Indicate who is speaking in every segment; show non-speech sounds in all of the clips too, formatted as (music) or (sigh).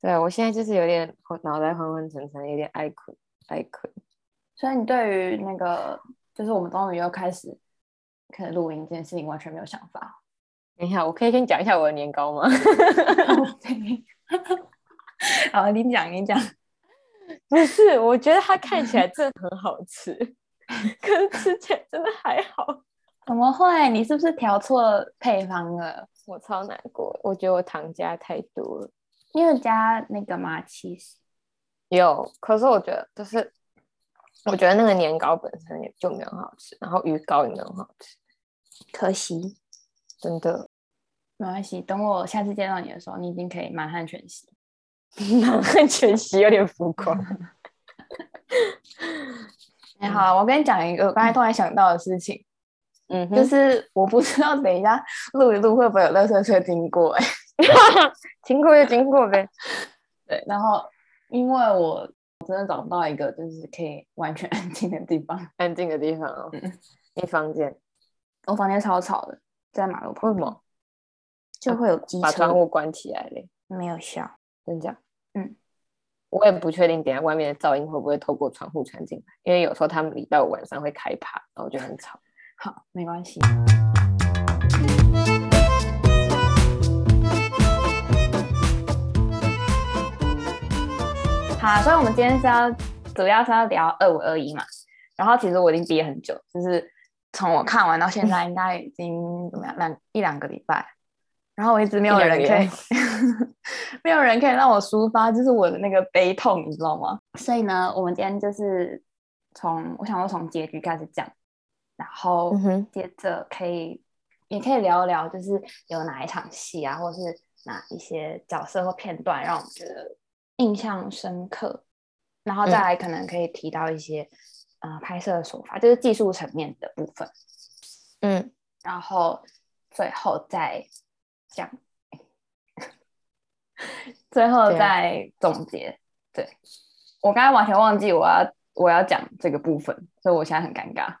Speaker 1: 对我现在就是有点脑袋昏昏沉沉，有点爱困爱困。
Speaker 2: 所以你对于那个，就是我们终于又开始开始录音这件事情，完全没有想法。 (laughs)
Speaker 1: 等一下，我可以跟你讲一下我的年糕吗？ (laughs)
Speaker 2: 好，你讲，你讲。
Speaker 1: 不是，我觉得它看起来真的很好吃， (laughs) 可是吃起来真的还好。
Speaker 2: 怎么会？你是不是调错配方了？
Speaker 1: 我超难过，我觉得我糖加太多了。
Speaker 2: 你有加那个吗？其实
Speaker 1: 有，可是我觉得就是，我觉得那个年糕本身也就没有很好吃，然后鱼糕也没有很好吃，
Speaker 2: 可惜，
Speaker 1: 真的。 (laughs)
Speaker 2: 没关系。等我下次见到你的时候，你已经可以满汉全席。
Speaker 1: 满汉全席有点浮
Speaker 2: (laughs)
Speaker 1: 夸。
Speaker 2: 哎、好啊，我跟你讲一个我刚才突然想到的事情，
Speaker 1: 嗯哼，
Speaker 2: 就是我不知道等一下录一录会不会有垃圾车经过、哎，
Speaker 1: 经过就经过呗。
Speaker 2: 对，然后因为我真的找不到一个就是可以完全 (laughs) 安静的地方，
Speaker 1: 安静的地方哦
Speaker 2: 嗯，
Speaker 1: 你房间
Speaker 2: 我房间超吵的，在马路旁
Speaker 1: 为什么
Speaker 2: 就会有机
Speaker 1: 把
Speaker 2: 车
Speaker 1: 窗，户关起来嘞？
Speaker 2: 没有效。
Speaker 1: 真假？
Speaker 2: 嗯，
Speaker 1: 我也不确定，等一下外面的噪音会不会透过窗户传进来？因为有时候他们礼拜五晚上会开趴，然后就很吵。
Speaker 2: 好，没关系。好，所以我们今天是要主要是要聊二五二一嘛。然后其实我已经憋很久，就是从我看完到现在，应该已经怎么样两一两个礼拜。然后我一直没有
Speaker 1: 一两
Speaker 2: 人
Speaker 1: 个
Speaker 2: 可
Speaker 1: 礼
Speaker 2: 以， (laughs) 没有人可以让我抒发，就是我的那个悲痛，你知道吗？所以呢，我们今天就是从我想说从结局开始讲，然后
Speaker 1: 嗯哼，
Speaker 2: 接着可以也可以聊一聊，就是有哪一场戏啊，或是哪一些角色或片段让我们觉得印象深刻，然后再来可能可以提到一些、呃拍摄的手法，就是技术层面的部分，
Speaker 1: 嗯，
Speaker 2: 然后最后再讲， (laughs) 最后
Speaker 1: 对啊
Speaker 2: 再总结。对我刚才完全忘记我要我要讲这个部分，所以我现在很尴尬。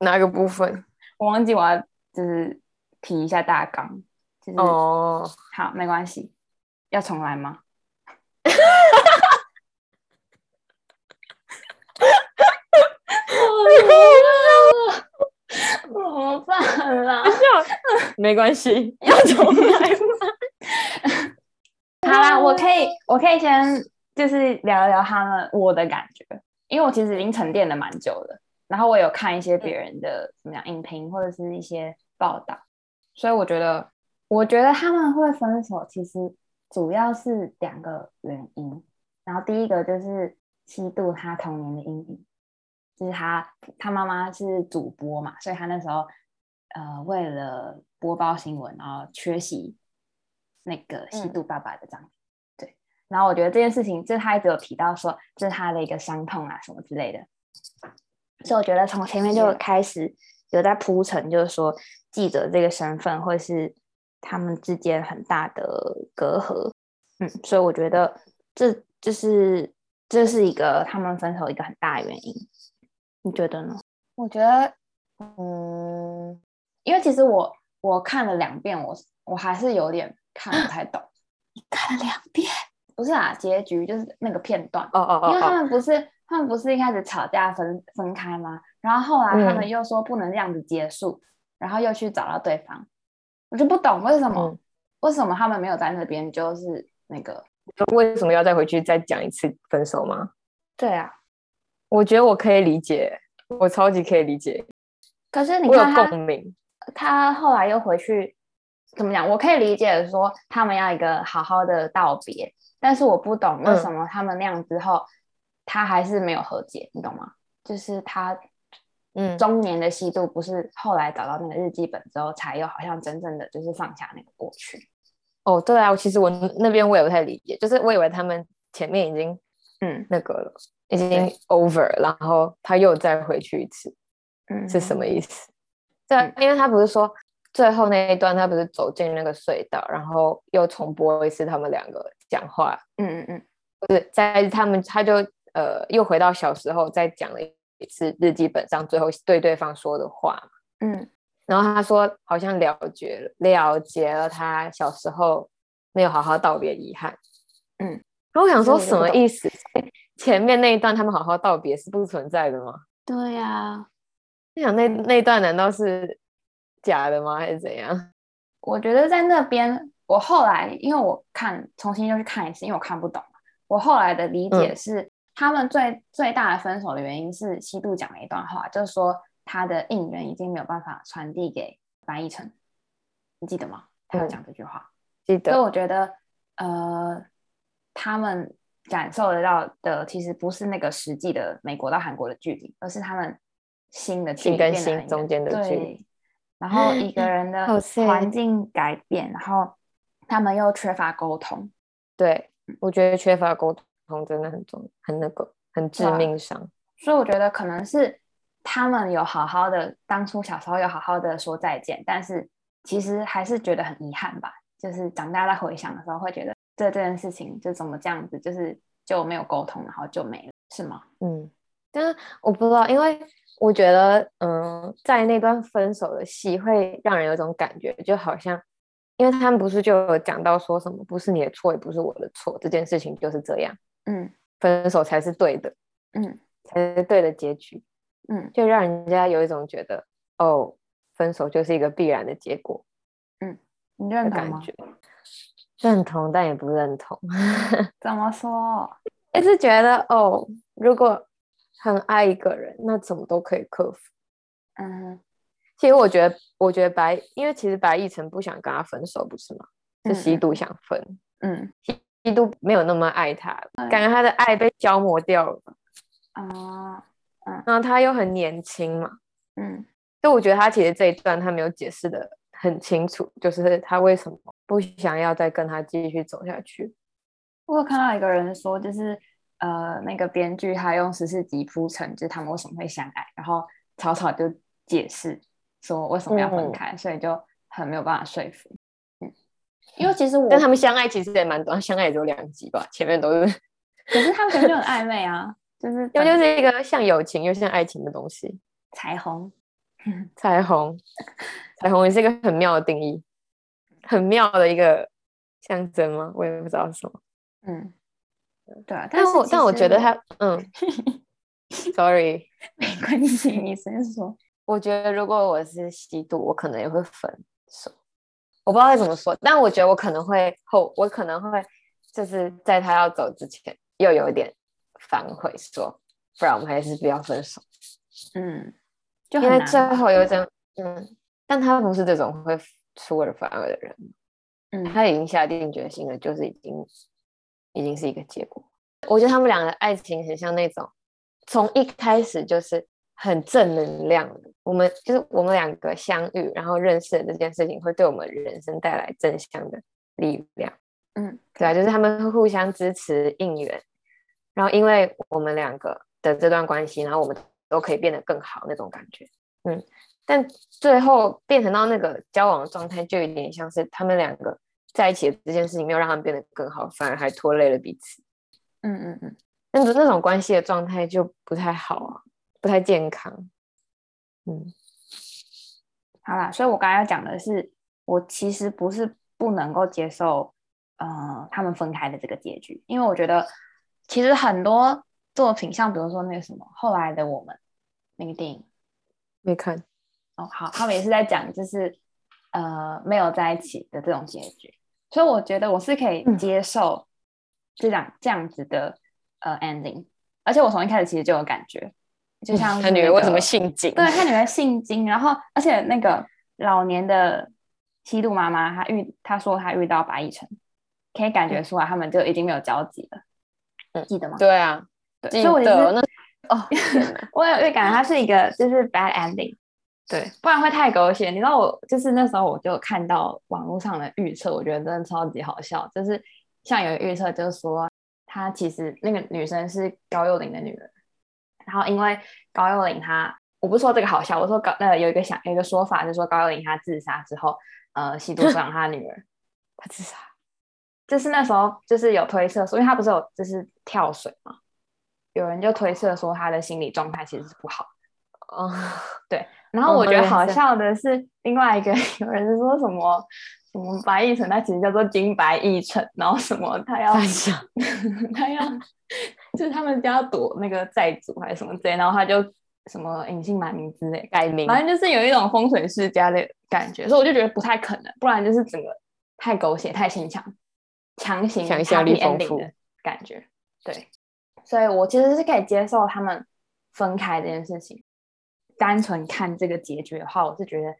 Speaker 1: 哪个部分？
Speaker 2: 我忘记我要就是提一下大纲，就是、
Speaker 1: 哦，
Speaker 2: 好，没关系，要重来吗？怎么办啦？
Speaker 1: (laughs) 没关系，要啊重来吗？
Speaker 2: 好啦，我可以，我可以先就是聊一聊他们我的感觉，因为我其实已经沉淀了蛮久了，然后我有看一些别人的怎么样影评或者是一些报道，所以我觉得，我觉得他们会分手，其实主要是两个原因，然后第一个就是七度他童年的阴影，就是他他妈妈是主播嘛，所以他那时候呃为了播报新闻，然后缺席那个西渡爸爸的葬礼。对，然后我觉得这件事情，就是他一直有提到说这是他的一个伤痛啊什么之类的，所以我觉得从前面就
Speaker 1: Yeah.
Speaker 2: 开始有在铺陈，就是说记者这个身份会是他们之间很大的隔阂。嗯，所以我觉得这就是这是一个他们分手一个很大的原因。你觉得呢？
Speaker 1: 我觉得，嗯，
Speaker 2: 因为其实我我看了两遍，我我还是有点看不
Speaker 1: (laughs)
Speaker 2: 太懂。
Speaker 1: 看了两遍。
Speaker 2: 不是啊，结局就是那个片段，
Speaker 1: 哦哦
Speaker 2: 因为他
Speaker 1: 哦
Speaker 2: 们不是他们不是一开始吵架分分开吗？然后后来他
Speaker 1: 嗯
Speaker 2: 们又说不能这样子结束，然后又去找到对方，我就不懂为什么、
Speaker 1: 嗯
Speaker 2: 为什么他们没有在那边就是那个
Speaker 1: 哦，为什么要再回去再讲一次分手吗？
Speaker 2: 对啊。
Speaker 1: 我觉得我可以理解，我超级可以理解，
Speaker 2: 可是你
Speaker 1: 我有
Speaker 2: 看他
Speaker 1: 共鸣。
Speaker 2: 他后来又回去，怎么讲？我可以理解说他们要一个好好的道别，但是我不懂
Speaker 1: 嗯
Speaker 2: 为什么他们那样之后，他还是没有和解，你懂吗？就是他
Speaker 1: 嗯
Speaker 2: 中年的西渡不是后来找到那个日记本之后，才又好像真正的就是放下那个过去。
Speaker 1: 哦，对啊，其实我那边我也不太理解，就是我以为他们前面已经
Speaker 2: 嗯
Speaker 1: 那个了，已经
Speaker 2: 对
Speaker 1: over，然后他又再回去一次，
Speaker 2: 嗯
Speaker 1: 是什么意思？对啊，因为他不是说最后那一段，他不是走进那个隧道，然后又重播一次他们两个讲话，
Speaker 2: 嗯嗯嗯，
Speaker 1: 不是在他们他就呃又回到小时候再讲了一次日记本上最后对对方说的话嘛
Speaker 2: 嗯
Speaker 1: 然后他说好像了解了了解了他小时候没有好好道别遗憾，
Speaker 2: 嗯，
Speaker 1: 然后我想说
Speaker 2: 这个
Speaker 1: 什
Speaker 2: 我
Speaker 1: 么
Speaker 2: 不懂
Speaker 1: 意思？前面那一段他们好好道别是不存在的吗？
Speaker 2: 对呀、啊，
Speaker 1: 你想那那一段难道是假的吗？还是怎样？
Speaker 2: 我觉得在那边，我后来因为我看重新又去看一次，因为我看不懂嘛我后来的理解是，他们最最大的分手的原因是西渡讲了一段话，就是说他的应援已经没有办法传递给白亦辰，你记得吗？他有
Speaker 1: 嗯
Speaker 2: 讲这句话。
Speaker 1: 记
Speaker 2: 所以
Speaker 1: 得
Speaker 2: 我觉得，呃，他们感受得到的其实不是那个实际的美国到韩国的距离，而是他们心的距
Speaker 1: 心
Speaker 2: 离
Speaker 1: 跟
Speaker 2: 变得
Speaker 1: 心
Speaker 2: 很
Speaker 1: 中
Speaker 2: 远
Speaker 1: 间的距离
Speaker 2: 对然 (laughs) 后一个人的
Speaker 1: 好
Speaker 2: 环
Speaker 1: sad
Speaker 2: 境改变，然后他们又缺乏沟通，
Speaker 1: 对，我觉得缺乏沟通真的很重，很那个，很致
Speaker 2: 对啊
Speaker 1: 命伤。
Speaker 2: 所以我觉得可能是他们有好好的，当初小时候有好好的说再见，但是其实还是觉得很遗憾吧。就是长大再回想的时候，会觉得这这件事情就怎么这样子，就是就没有沟通，然后就没了，是吗？
Speaker 1: 嗯，但是我不知道，因为我觉得，嗯，在那段分手的戏会让人有一种感觉，就好像，因为他们不是就有讲到说什么不是你的错，也不是我的错，这件事情就是这样，
Speaker 2: 嗯
Speaker 1: 分手才是对的，
Speaker 2: 嗯
Speaker 1: 才是对的结局，
Speaker 2: 嗯
Speaker 1: 就让人家有一种觉得，哦，分手就是一个必然的结果
Speaker 2: 你
Speaker 1: 的
Speaker 2: 认同
Speaker 1: 感
Speaker 2: 吗？
Speaker 1: 觉。认同，但也不认同。 (laughs)
Speaker 2: 怎么说？
Speaker 1: 也是觉得哦，如果很爱一个人，那怎么都可以克服。
Speaker 2: 嗯
Speaker 1: 其实我觉得，我觉得白，因为其实白亦辰不想跟他分手，不是吗？是
Speaker 2: 嗯
Speaker 1: 吸毒想分，
Speaker 2: 嗯
Speaker 1: 吸毒没有那么爱他，
Speaker 2: 嗯
Speaker 1: 感觉他的爱被消磨掉了。
Speaker 2: 啊
Speaker 1: 然后他又很年轻嘛，
Speaker 2: 嗯
Speaker 1: 所以我觉得他其实这一段他没有解释的很清楚，就是他为什么不想要再跟他继续走下去。
Speaker 2: 我有看到一个人说，就是呃，那个编剧他用十四集铺陈，就是他们为什么会相爱，然后草草就解释说为什么要分
Speaker 1: 嗯
Speaker 2: 开，所以就很没有办法说服。嗯，因为其实我，
Speaker 1: 但他们相爱其实也蛮短，相爱也就两集吧，前面都是， (laughs)
Speaker 2: 可是他们可能就很暧昧啊，就是
Speaker 1: 因为
Speaker 2: 等
Speaker 1: 就是一个像友情又像爱情的东西。
Speaker 2: 彩虹。
Speaker 1: 彩虹，彩虹也是一个很妙的定义，很妙的一个象征吗？我也不知道是什么。
Speaker 2: 嗯，对啊，
Speaker 1: 但
Speaker 2: 是
Speaker 1: 我
Speaker 2: 其
Speaker 1: 但我觉得
Speaker 2: 实
Speaker 1: (laughs) 他，嗯，sorry，
Speaker 2: 没关系，你先说。
Speaker 1: 我觉得如果我是吸毒，我可能也会分手。我不知道该怎么说，但我觉得我可能会后，我可能会就是在他要走之前，又有一点反悔说不然我们还是不要分手。
Speaker 2: 嗯，就
Speaker 1: 因
Speaker 2: 很
Speaker 1: 为
Speaker 2: 难
Speaker 1: 最
Speaker 2: 吧
Speaker 1: 后有一种，嗯，但他不是这种会出尔反尔的人，
Speaker 2: 嗯
Speaker 1: 他已经下定决心了，就是已经已经是一个结果。我觉得他们俩的爱情很像那种，从一开始就是很正能量的。我们就是我们两个相遇，然后认识的这件事情，会对我们人生带来正向的力量。
Speaker 2: 嗯，
Speaker 1: 对啊，就是他们会互相支持应援，然后因为我们两个的这段关系，然后我们都可以变得更好那种感觉，嗯，但最后变成到那个交往的状态，就有点像是他们两个在一起的这件事情没有让他们变得更好，反而还拖累了彼此，
Speaker 2: 嗯嗯嗯，
Speaker 1: 那种那种关系的状态就不太好啊，不太健康，嗯
Speaker 2: 好啦，所以我刚才要讲的是，我其实不是不能够接受，呃，他们分开的这个结局，因为我觉得其实很多作品，像比如说那个什么后来的我们那个电影，
Speaker 1: 没看，
Speaker 2: 哦，好，他们也是在讲就是呃没有在一起的这种结局，所以我觉得我是可以
Speaker 1: 嗯
Speaker 2: 接受这样、这样子的呃 ending，而且我从一开始其实就有感觉，就像是
Speaker 1: 他女
Speaker 2: 那
Speaker 1: 儿为什么
Speaker 2: 个
Speaker 1: 性警？
Speaker 2: 哦对，他女儿姓金，然后而且那个老年的吸毒妈妈，她遇她说她遇到白亦辰，可以感觉出来他们就已经没有交集了，
Speaker 1: 嗯
Speaker 2: 记得吗？
Speaker 1: 对啊，
Speaker 2: 对
Speaker 1: 记
Speaker 2: 所以我
Speaker 1: 得
Speaker 2: 其实
Speaker 1: 那哦，天哪
Speaker 2: (laughs) 我有预感它是一个就是 bad ending，
Speaker 1: 对，
Speaker 2: 不然会太狗血。你知道我就是那时候我就有看到网络上的预测，我觉得真的超级好笑，就是像有一个预测就是说她其实那个女生是高幼霖的女儿，然后因为高幼霖她。我不是说这个好笑，我说高呃有一个想有一个说法是说高幼霖她自杀之后，呃吸毒收养她的女儿，
Speaker 1: 他自杀，
Speaker 2: 就是那时候就是有推测说，因为他不是有就是跳水嘛，有人就推测说他的心理状态其实是不好。
Speaker 1: 哦。
Speaker 2: 然后
Speaker 1: 哦
Speaker 2: 我觉
Speaker 1: 原
Speaker 2: 得
Speaker 1: 来
Speaker 2: 好
Speaker 1: 是
Speaker 2: (laughs) 笑的是，另外一个有人是说什么，我们白亦辰，它其实叫做金白亦辰，然后什么，
Speaker 1: (laughs)
Speaker 2: 他要
Speaker 1: 反向
Speaker 2: (laughs) 他要就是他们家要躲那个债主还是什么之类，然后他就什么隐姓埋名之类，
Speaker 1: 改名，
Speaker 2: 反正就是有一种风水世家的感觉，所以我就觉得不太可能，不然就是整个太狗血、太牵强、强行
Speaker 1: 想象力
Speaker 2: happy
Speaker 1: 丰
Speaker 2: ending
Speaker 1: 富
Speaker 2: 的感觉。对，所以我其实是可以接受他们分开这件事情。单纯看这个结局的话，我是觉得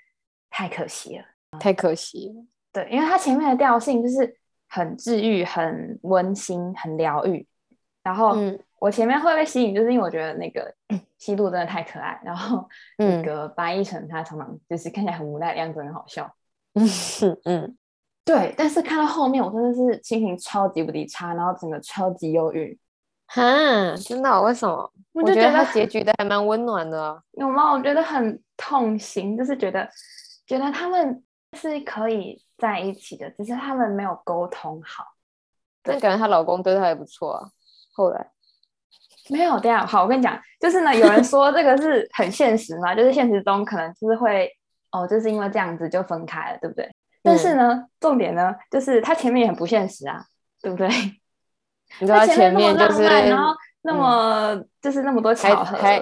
Speaker 2: 太可惜了。
Speaker 1: 太可惜了。
Speaker 2: 对，因为它前面的调性就是很治愈、很温馨、很疗愈。然后
Speaker 1: 嗯
Speaker 2: 我前面会被吸引，就是因为我觉得那个 (clears throat) 西渡真的太可爱，然后那
Speaker 1: 嗯
Speaker 2: 个白亦辰他常常就是看起来很无奈的样子，很好笑。
Speaker 1: 嗯嗯，
Speaker 2: 对，但是看到后面，我真的是心情超级无敌差，然后整个超级忧郁。
Speaker 1: 哈，真的哦、为什么？我
Speaker 2: 我就
Speaker 1: 觉
Speaker 2: 觉
Speaker 1: 得
Speaker 2: 得
Speaker 1: 他结局的还蛮温暖的啊、
Speaker 2: 有吗？我觉得很痛心，就是觉得觉得他们是可以在一起的，只是他们没有沟通好。
Speaker 1: 但感觉她老公对她还不错啊。后来，
Speaker 2: 没有，这样好，我跟你讲，就是呢，有人说这个是很现实嘛，就是现实中可能就是会哦，就是因为这样子就分开了，对不对？但是呢，重点呢，就是他前面也很不现实啊，对 (laughs) 不对？
Speaker 1: 你知道她前
Speaker 2: 那
Speaker 1: 面
Speaker 2: 么
Speaker 1: 就
Speaker 2: 浪
Speaker 1: 是
Speaker 2: 漫，然后那么、就是那么多
Speaker 1: 还
Speaker 2: 巧合，
Speaker 1: 还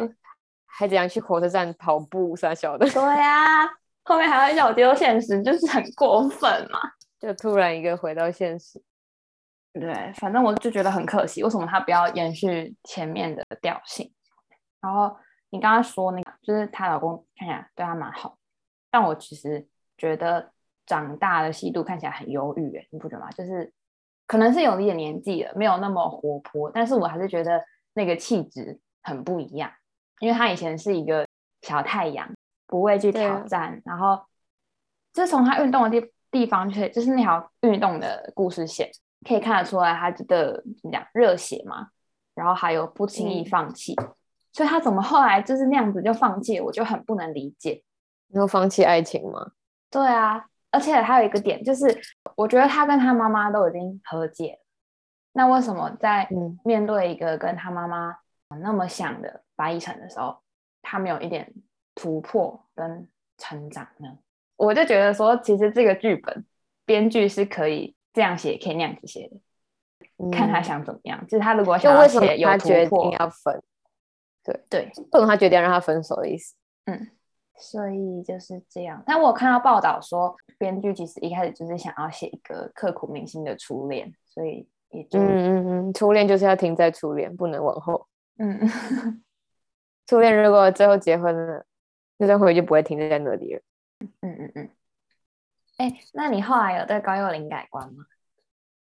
Speaker 1: 还怎样去火车站跑步啥小的，
Speaker 2: 对啊，后面还要要我接受现实，就是很过分嘛。
Speaker 1: 就突然一个回到现实。
Speaker 2: 对，反正我就觉得很可惜，为什么他不要延续前面的调性？然后你刚刚说那个，就是她老公看起来对她蛮好，但我其实觉得长大的西渡看起来很忧郁，哎，你不觉得吗？就是可能是有一点年纪了，没有那么活泼，但是我还是觉得那个气质很不一样，因为她以前是一个小太阳，不畏惧
Speaker 1: 对
Speaker 2: 挑
Speaker 1: 啊
Speaker 2: 战，然后就是从她运动的地地方去，就是那条运动的故事线，可以看得出来她的怎么讲热血嘛，然后还有不轻易
Speaker 1: 嗯
Speaker 2: 放弃。所以她怎么后来就是那样子就放弃，我就很不能理解。
Speaker 1: 你有放弃爱情吗？
Speaker 2: 对啊，而且还有一个点就是，我觉得他跟他妈妈都已经和解了，那为什么在
Speaker 1: 嗯
Speaker 2: 面对一个跟他妈妈那么像的白亦辰的时候，他没有一点突破跟成长呢？我就觉得说，其实这个剧本编剧是可以这样写，可以那样子写的，看他
Speaker 1: 嗯，
Speaker 2: 想怎么样。就是他如果
Speaker 1: 就
Speaker 2: 想要
Speaker 1: 为什么
Speaker 2: 写有
Speaker 1: 他
Speaker 2: 突
Speaker 1: 决定
Speaker 2: 破，
Speaker 1: 要分？
Speaker 2: 对，
Speaker 1: 为什么他决定要让他分手的意思？
Speaker 2: 所以就是这样。但我有看到报道说，编剧其实一开始就是想要写一个刻骨铭心的初恋，所以也就
Speaker 1: 嗯
Speaker 2: 嗯
Speaker 1: 嗯嗯，初恋就是要停在初恋，不能往后。
Speaker 2: 嗯 (laughs)
Speaker 1: 初恋如果最后结婚了，那段回忆就不会停在那里了。
Speaker 2: 嗯嗯。哎、那你后来有对高幼霖改观吗？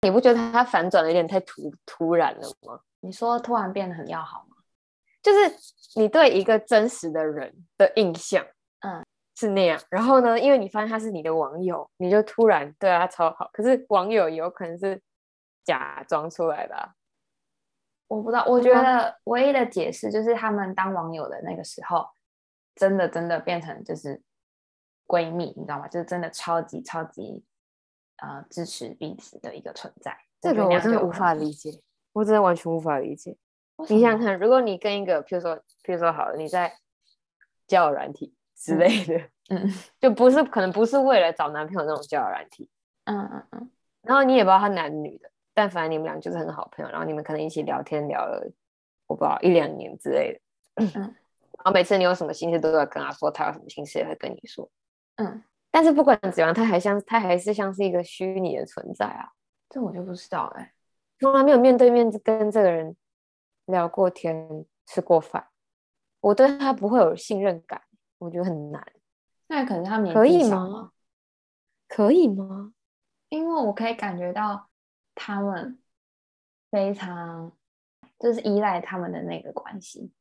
Speaker 1: 你不觉得他反转的有点太突突然了吗？
Speaker 2: 你说突然变得很要好吗？
Speaker 1: 就是你对一个真实的人的印象，
Speaker 2: 嗯，
Speaker 1: 是那样。然后呢，因为你发现他是你的网友，你就突然对他超好。可是网友有可能是假装出来的、啊，
Speaker 2: 我不知道，我觉得唯一的解释就是他们当网友的那个时候，真的真的变成就是闺蜜，你知道吗？就是真的超级超级呃支持彼此的一个存在。
Speaker 1: 这
Speaker 2: 觉
Speaker 1: 个
Speaker 2: 得那
Speaker 1: 我
Speaker 2: 样
Speaker 1: 真的
Speaker 2: 就
Speaker 1: 无法理解，我真的完全无法理解。
Speaker 2: 为什
Speaker 1: 你想想
Speaker 2: 么
Speaker 1: 看，如果你跟一个，譬如说，譬如说好了，你在交友软体之
Speaker 2: 嗯
Speaker 1: 类的，
Speaker 2: 嗯
Speaker 1: 就不是可能不是为了找男朋友那种交友软体，
Speaker 2: 嗯嗯嗯，
Speaker 1: 然后你也不知道他男女的，但反正你们俩就是很好朋友，然后你们可能一起聊天聊了，我不知道一两年之类的。然后每次你有什么心事都要跟他说，他有什么心事也会跟你说。
Speaker 2: 嗯，
Speaker 1: 但是不管怎样，他还像他还是像是一个虚拟的存在啊，
Speaker 2: 这我就不知道哎、
Speaker 1: 从来没有面对面跟这个人聊过天、吃过饭，我对他不会有信任感，我觉得很难。
Speaker 2: 那可能他们年
Speaker 1: 可
Speaker 2: 纪
Speaker 1: 以
Speaker 2: 小
Speaker 1: 吗
Speaker 2: 嘛？
Speaker 1: 可以吗？
Speaker 2: 因为我可以感觉到他们非常就是依赖他们的那个关系，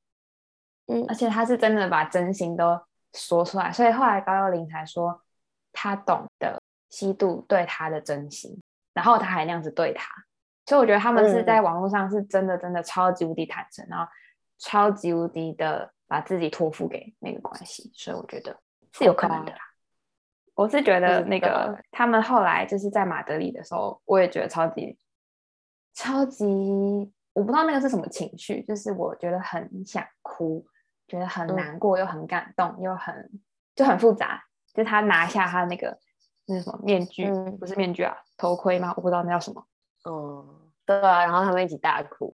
Speaker 1: 嗯
Speaker 2: 而且他是真的把真心都说出来，所以后来高幼霖才说他懂得西渡对他的真心，然后他还那样子对他，所以我觉得他们是
Speaker 1: 嗯
Speaker 2: 在网络上是真的真的超级无敌坦诚，然后超级无敌的把自己托付给那个关系，所以我觉得是有可能的啦。我是觉得
Speaker 1: 不知
Speaker 2: 那
Speaker 1: 道
Speaker 2: 个他们后来就是在马德里的时候，我也觉得超级超级，我不知道那个是什么情绪，就是我觉得很想哭，觉得很
Speaker 1: 嗯
Speaker 2: 难过，又很感动，又很就很复杂。就他拿下他那个那是什么面具？
Speaker 1: 嗯
Speaker 2: 不是面具啊，头盔吗？我不知道那叫什么。
Speaker 1: 哦，对啊，然后他们一起大哭。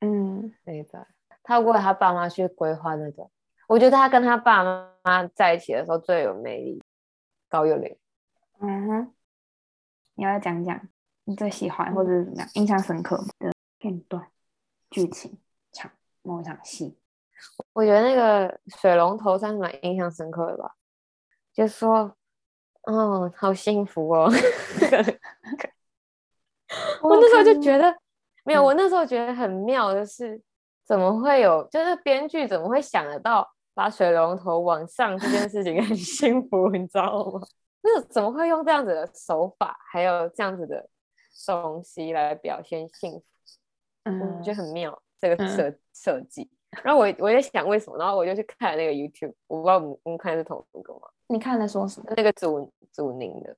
Speaker 2: 嗯，
Speaker 1: 那一代，他为他爸妈去规划那种，我觉得他跟他爸妈在一起的时候最有魅力。高幼霖，
Speaker 2: 嗯哼，你要讲讲你最喜欢或者是怎么样印象深刻的片段、剧情、场某一场戏。
Speaker 1: 我觉得那个水龙头算是蛮印象深刻的吧，就说，嗯，好幸福哦。 (laughs) 我那时候就觉得，没有，
Speaker 2: 嗯
Speaker 1: 我那时候觉得很妙的是，怎么会有，就是编剧怎么会想得到把水龙头往上这件事情 (laughs) 很幸福，你知道吗？那怎么会用这样子的手法，还有这样子的东西来表现幸福？我
Speaker 2: 嗯，
Speaker 1: 觉得很妙这个
Speaker 2: 嗯
Speaker 1: 设设计。然后我我在想为什么，然后我就去看那个 YouTube，我不知道我们我们看的是同一个吗？
Speaker 2: 你看了说什么？
Speaker 1: 那个祖祖宁的，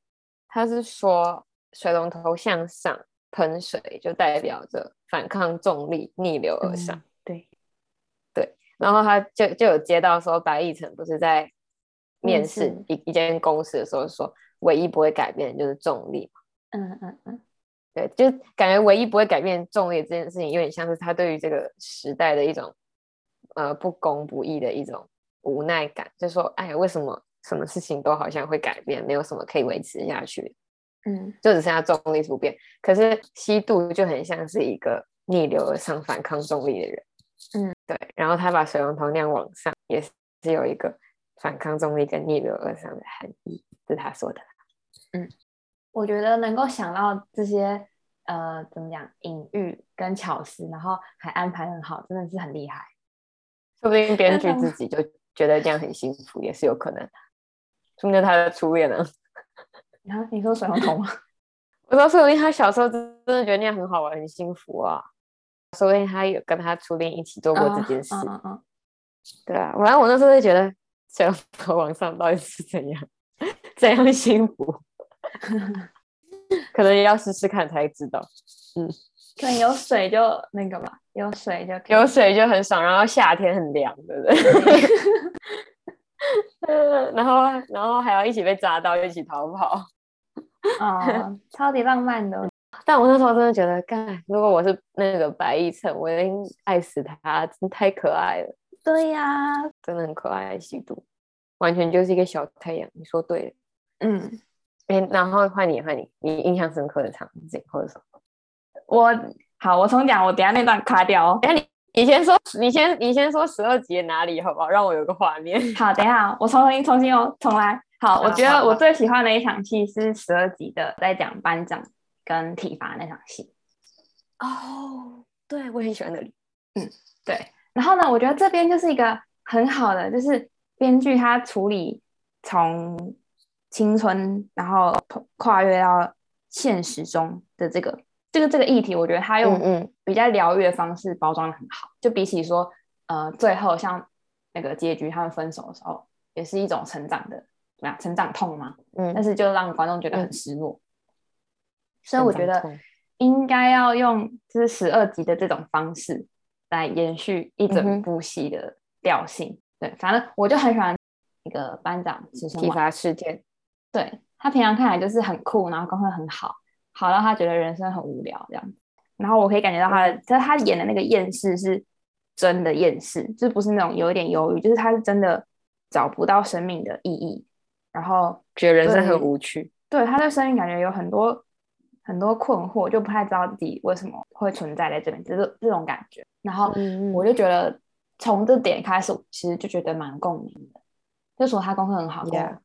Speaker 1: 他是说水龙头向上喷水就代表着反抗重力逆流而上，
Speaker 2: 嗯对，
Speaker 1: 然后他就就有接到说白亦晨不是在
Speaker 2: 面
Speaker 1: 面试
Speaker 2: 试
Speaker 1: 一一间公司的时候说，唯一不会改变的就是重力
Speaker 2: 嗯嗯嗯，
Speaker 1: 对，就感觉唯一不会改变重力这件事情，有点像是他对于这个时代的一种呃不公不义的一种无奈感，就说哎呀，为什么什么事情都好像会改变，没有什么可以维持下去，
Speaker 2: 嗯
Speaker 1: 就只剩下重力不变。可是西渡就很像是一个逆流而上反抗重力的人，
Speaker 2: 嗯，
Speaker 1: 对。然后他把水龙头那样往上，也是有一个反抗重力跟逆流而上的含义，这是他说的。
Speaker 2: 我觉得能够想到这些呃，怎么讲隐喻跟巧思，然后还安排很好，真的是很厉害。
Speaker 1: 说不定编剧
Speaker 2: 但他
Speaker 1: 自
Speaker 2: 们
Speaker 1: 己就觉得这样很幸福，也是有可能的。说不定他的初恋呢、
Speaker 2: 然啊后你说水龙
Speaker 1: (laughs)
Speaker 2: 头吗？
Speaker 1: 我说，说不定他小时候真真的觉得那样很好玩，很幸福啊。说不定他有跟他初恋一起做过这件事。
Speaker 2: 嗯嗯嗯，
Speaker 1: 对啊，反正我那时候就觉得，水龙头往上到底是怎样，怎样幸福，可能要试试看才知道。
Speaker 2: 可能有水就那个吧，有水就可以
Speaker 1: 有水就很爽，然后夏天很凉，对 (laughs) 不对？嗯然后，然后还要一起被扎到，一起逃跑。
Speaker 2: 哦，超级浪漫的。
Speaker 1: 但我那时候真的觉得，干，如果我是那个白亦晨，我一定爱死他，真太可爱了，
Speaker 2: 对呀、
Speaker 1: 真的很可爱，喜度，完全就是一个小太阳。你说对了，
Speaker 2: 嗯。
Speaker 1: 哎、然后换你，换你，你印象深刻的场景或者什么？
Speaker 2: 我好，我重讲，我等一下那段卡掉、哦。
Speaker 1: 哎，你你先说，你先你先说十二集的哪里好不好？让我有个画面。
Speaker 2: 好，等一下哦，我重新重新哦，重来。好，我
Speaker 1: 好
Speaker 2: 觉得
Speaker 1: 好
Speaker 2: 我
Speaker 1: 好
Speaker 2: 最喜欢的一场戏是十二集的，在讲班长跟体罚那场戏。
Speaker 1: (laughs) 哦，对，我也很喜欢那里。
Speaker 2: 对，然后呢，我觉得这边就是一个很好的，就是编剧他处理从青春，然后跨越到现实中的这个这个这个议题，我觉得他用
Speaker 1: 嗯嗯
Speaker 2: 比较疗愈的方式包装的很好，就比起说，呃，最后像那个结局他们分手的时候，也是一种成长的，怎么样，成长痛嘛，但
Speaker 1: 嗯，
Speaker 2: 是就让观众觉得很失落。所以我
Speaker 1: 成
Speaker 2: 觉
Speaker 1: 长
Speaker 2: 得
Speaker 1: 痛
Speaker 2: 应该要用就是十二集的这种方式来延续一整
Speaker 1: 嗯哼
Speaker 2: 部戏的调性。对，反正我就很喜欢那个班长池生
Speaker 1: 体
Speaker 2: 晚
Speaker 1: 罚事件，
Speaker 2: 对他平常看来就是很酷，然后功课很好，好到他觉得人生很无聊这样子。然后我可以感觉到他的，就是他演的那个厌世是真的厌世，就是不是那种有一点忧郁，就是他是真的找不到生命的意义，然后
Speaker 1: 觉得人生
Speaker 2: 对
Speaker 1: 很无趣。
Speaker 2: 对他对生命感觉有很多很多困惑，就不太知道自己为什么会存在在这边，这种这种感觉。然后
Speaker 1: 嗯嗯
Speaker 2: 我就觉得从这点开始，我其实就觉得蛮共鸣的。就说他功课很好，跟
Speaker 1: Yeah
Speaker 2: 我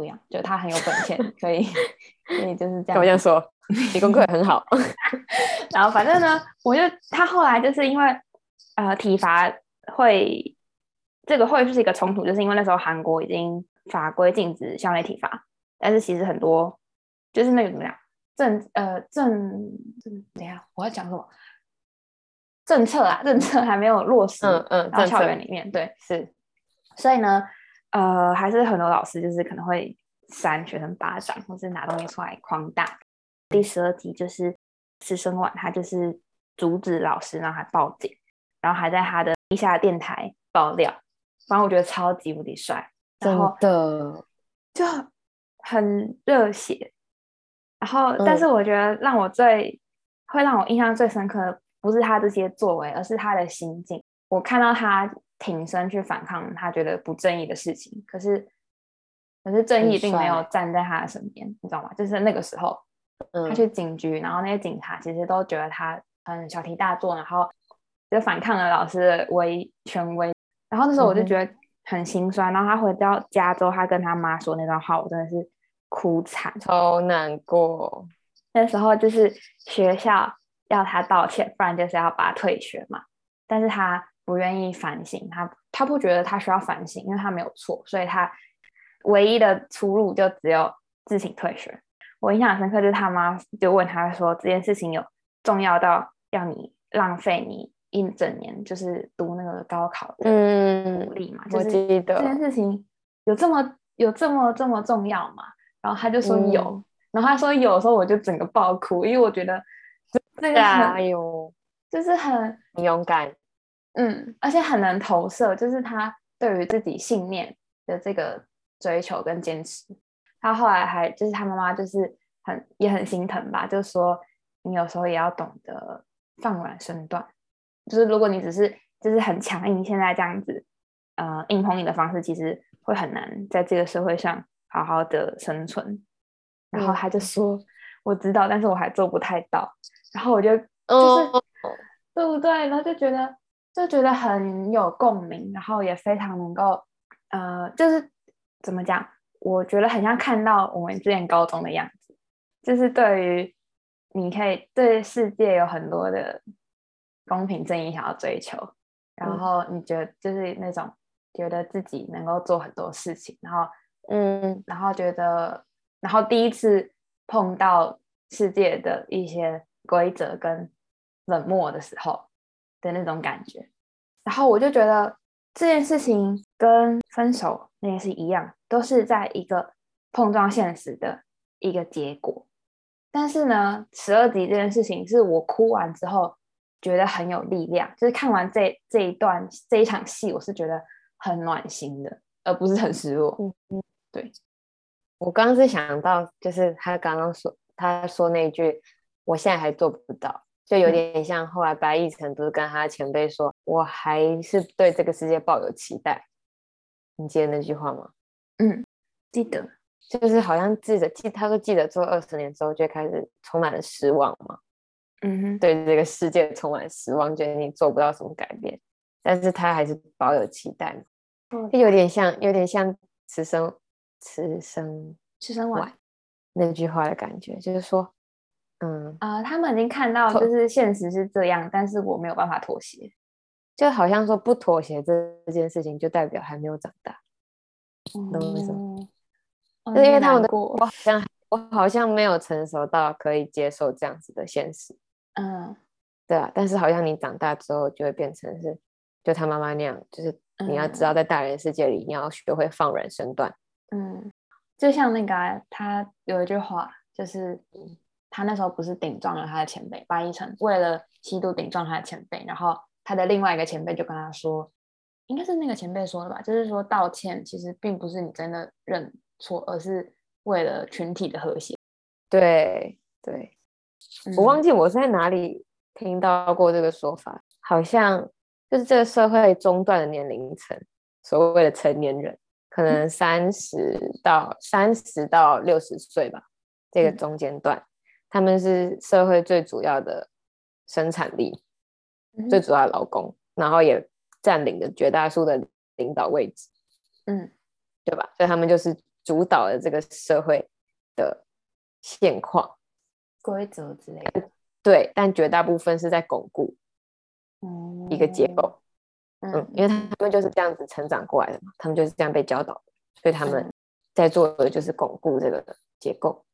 Speaker 2: 不一样，就他很有本钱，所以所以就是
Speaker 1: 干嘛
Speaker 2: 这
Speaker 1: 这样
Speaker 2: 样。
Speaker 1: 说？ (laughs) 你功课也很 (laughs) 好。
Speaker 2: 然后反正呢，我就他后来就是因为呃体罚会这个会是一个冲突，就是因为那时候韩国已经法规禁止校内体罚，但是其实很多就是那个怎么讲政呃政政等一下我要讲什么政策啊政策还没有落实，
Speaker 1: 嗯嗯，
Speaker 2: 然后
Speaker 1: 政
Speaker 2: 校
Speaker 1: 策
Speaker 2: 园里面对，
Speaker 1: 是
Speaker 2: 所以呢，呃，还是很多老师就是可能会扇学生巴掌，或是拿东西出来框大。第十二集就是师生晚，他就是阻止老师，然后还报警，然后还在他的地下电台爆料，反正我觉得超级无敌帅，然后
Speaker 1: 的，
Speaker 2: 就很热血。然后，但
Speaker 1: 嗯
Speaker 2: 是我觉得让我最、会让我印象最深刻的，不是他这些作为，而是他的心境。我看到他挺身去反抗他觉得不正义的事情，可是可是正义
Speaker 1: 很
Speaker 2: 并没有
Speaker 1: 帅
Speaker 2: 站在他的身边，你知道吗？就是那个时候，
Speaker 1: 嗯
Speaker 2: 他去警局，然后那些警察其实都觉得他嗯小题大做，然后就反抗了老师的威权威。然后那时候我就
Speaker 1: 嗯哼
Speaker 2: 觉得很心酸。然后他回到家之后，他跟他妈说那段话，我真的是哭惨。
Speaker 1: 超难过，
Speaker 2: 那时候就是学校要他道歉，不然就是要把他退学嘛。但是他不愿意反省，他他不觉得他需要反省，因为他没有错，所以他唯一的出路就只有自行退学。我印象深刻就是他妈就问他说这件事情有重要到要你浪费你一整年，就是读那个高考的
Speaker 1: 嗯
Speaker 2: 努，力嘛，就
Speaker 1: 我
Speaker 2: 是
Speaker 1: 记
Speaker 2: 这
Speaker 1: 得，
Speaker 2: 件事情有这么有这么这么重要吗？然后他就说有，
Speaker 1: 嗯
Speaker 2: 然后他说有的时候我就整个爆哭，因为我觉得这
Speaker 1: 对
Speaker 2: 个
Speaker 1: 啊，
Speaker 2: 很
Speaker 1: 哎呦，
Speaker 2: 就是很
Speaker 1: 很勇敢，
Speaker 2: 嗯，而且很能投射，就是他对于自己信念的这个追求跟坚持。他后来还就是他妈妈就是很也很心疼吧，就说你有时候也要懂得放软身段，就是如果你只是就是很强硬，现在这样子呃硬碰硬的方式，其实会很难在这个社会上好好的生存。然后
Speaker 1: 嗯
Speaker 2: 他就说：“我知道，但是我还做不太到。”然后我就就是
Speaker 1: 嗯，
Speaker 2: 对不对？然后就觉得就觉得很有共鸣，然后也非常能够，呃，就是怎么讲？我觉得很像看到我们之前高中的样子，就是对于你可以对世界有很多的公平正义想要追求，然
Speaker 1: 嗯
Speaker 2: 后你觉得就是那种觉得自己能够做很多事情，然后
Speaker 1: 嗯，
Speaker 2: 然后觉得，然后第一次碰到世界的一些规则跟冷漠的时候的那种感觉，然后我就觉得这件事情跟分手那也是一样，都是在一个碰撞现实的一个结果。但是呢，十二集这件事情是我哭完之后觉得很有力量，就是看完这这一段这一场戏，我是觉得很暖心的，而不是很失落。
Speaker 1: 我刚刚是想到，就是他刚刚说他说那句，我现在还做不到，就有
Speaker 2: 嗯
Speaker 1: 点像后来白亦晨不是跟他前辈说，我还是对这个世界抱有期待，你记得那句话吗？
Speaker 2: 嗯，记得，
Speaker 1: 就是好像记得记，他说记得做二十年之后就开始充满了失望嘛，
Speaker 2: 嗯哼，
Speaker 1: 对这个世界充满失望，觉得你做不到什么改变，但是他还是抱有期待嘛，就有点像有点像此生此生
Speaker 2: 吃生
Speaker 1: 晚那句话的感觉，就是说，嗯，
Speaker 2: 啊、呃他们已经看到，
Speaker 1: 妥
Speaker 2: 就是现实是这样，但是我没有办法妥协。
Speaker 1: 就好像说不妥协这这件事情，就代表还没有长大，懂我意思
Speaker 2: 嗯，
Speaker 1: 就
Speaker 2: 就是
Speaker 1: 哦因为他们的
Speaker 2: 过
Speaker 1: 我，好像我好像没有成熟到可以接受这样子的现实，
Speaker 2: 嗯，
Speaker 1: 对啊，但是好像你长大之后就会变成是，就他妈妈那样，就是你要知道，在大人世界里，你要学会放软身段。
Speaker 2: 嗯，就像那个啊他有一句话，就是他那时候不是顶撞了他的前辈白一晨，为了吸毒顶撞他的前辈，然后他的另外一个前辈就跟他说，应该是那个前辈说的吧，就是说道歉其实并不是你真的认错，而是为了群体的和谐。
Speaker 1: 对对，我
Speaker 2: 嗯
Speaker 1: 忘记我是在哪里听到过这个说法，好像就是这个社会中段的年龄层，所谓的成年人，可能三十到三十到六十岁吧，这个
Speaker 2: 嗯
Speaker 1: 中间段，他们是社会最主要的生产力。
Speaker 2: 嗯
Speaker 1: 最主要的劳工，然后也占领了绝大数的领导位置，
Speaker 2: 嗯
Speaker 1: 对吧？所以他们就是主导了这个社会的现况，
Speaker 2: 规则之类的
Speaker 1: 对。但绝大部分是在巩固一个结
Speaker 2: 嗯
Speaker 1: 构，嗯
Speaker 2: 嗯，，
Speaker 1: 因为他们就是这样子成长过来的嘛，他们就是这样被教导的，所以他们
Speaker 2: 嗯
Speaker 1: 在做的就是巩固这个结构。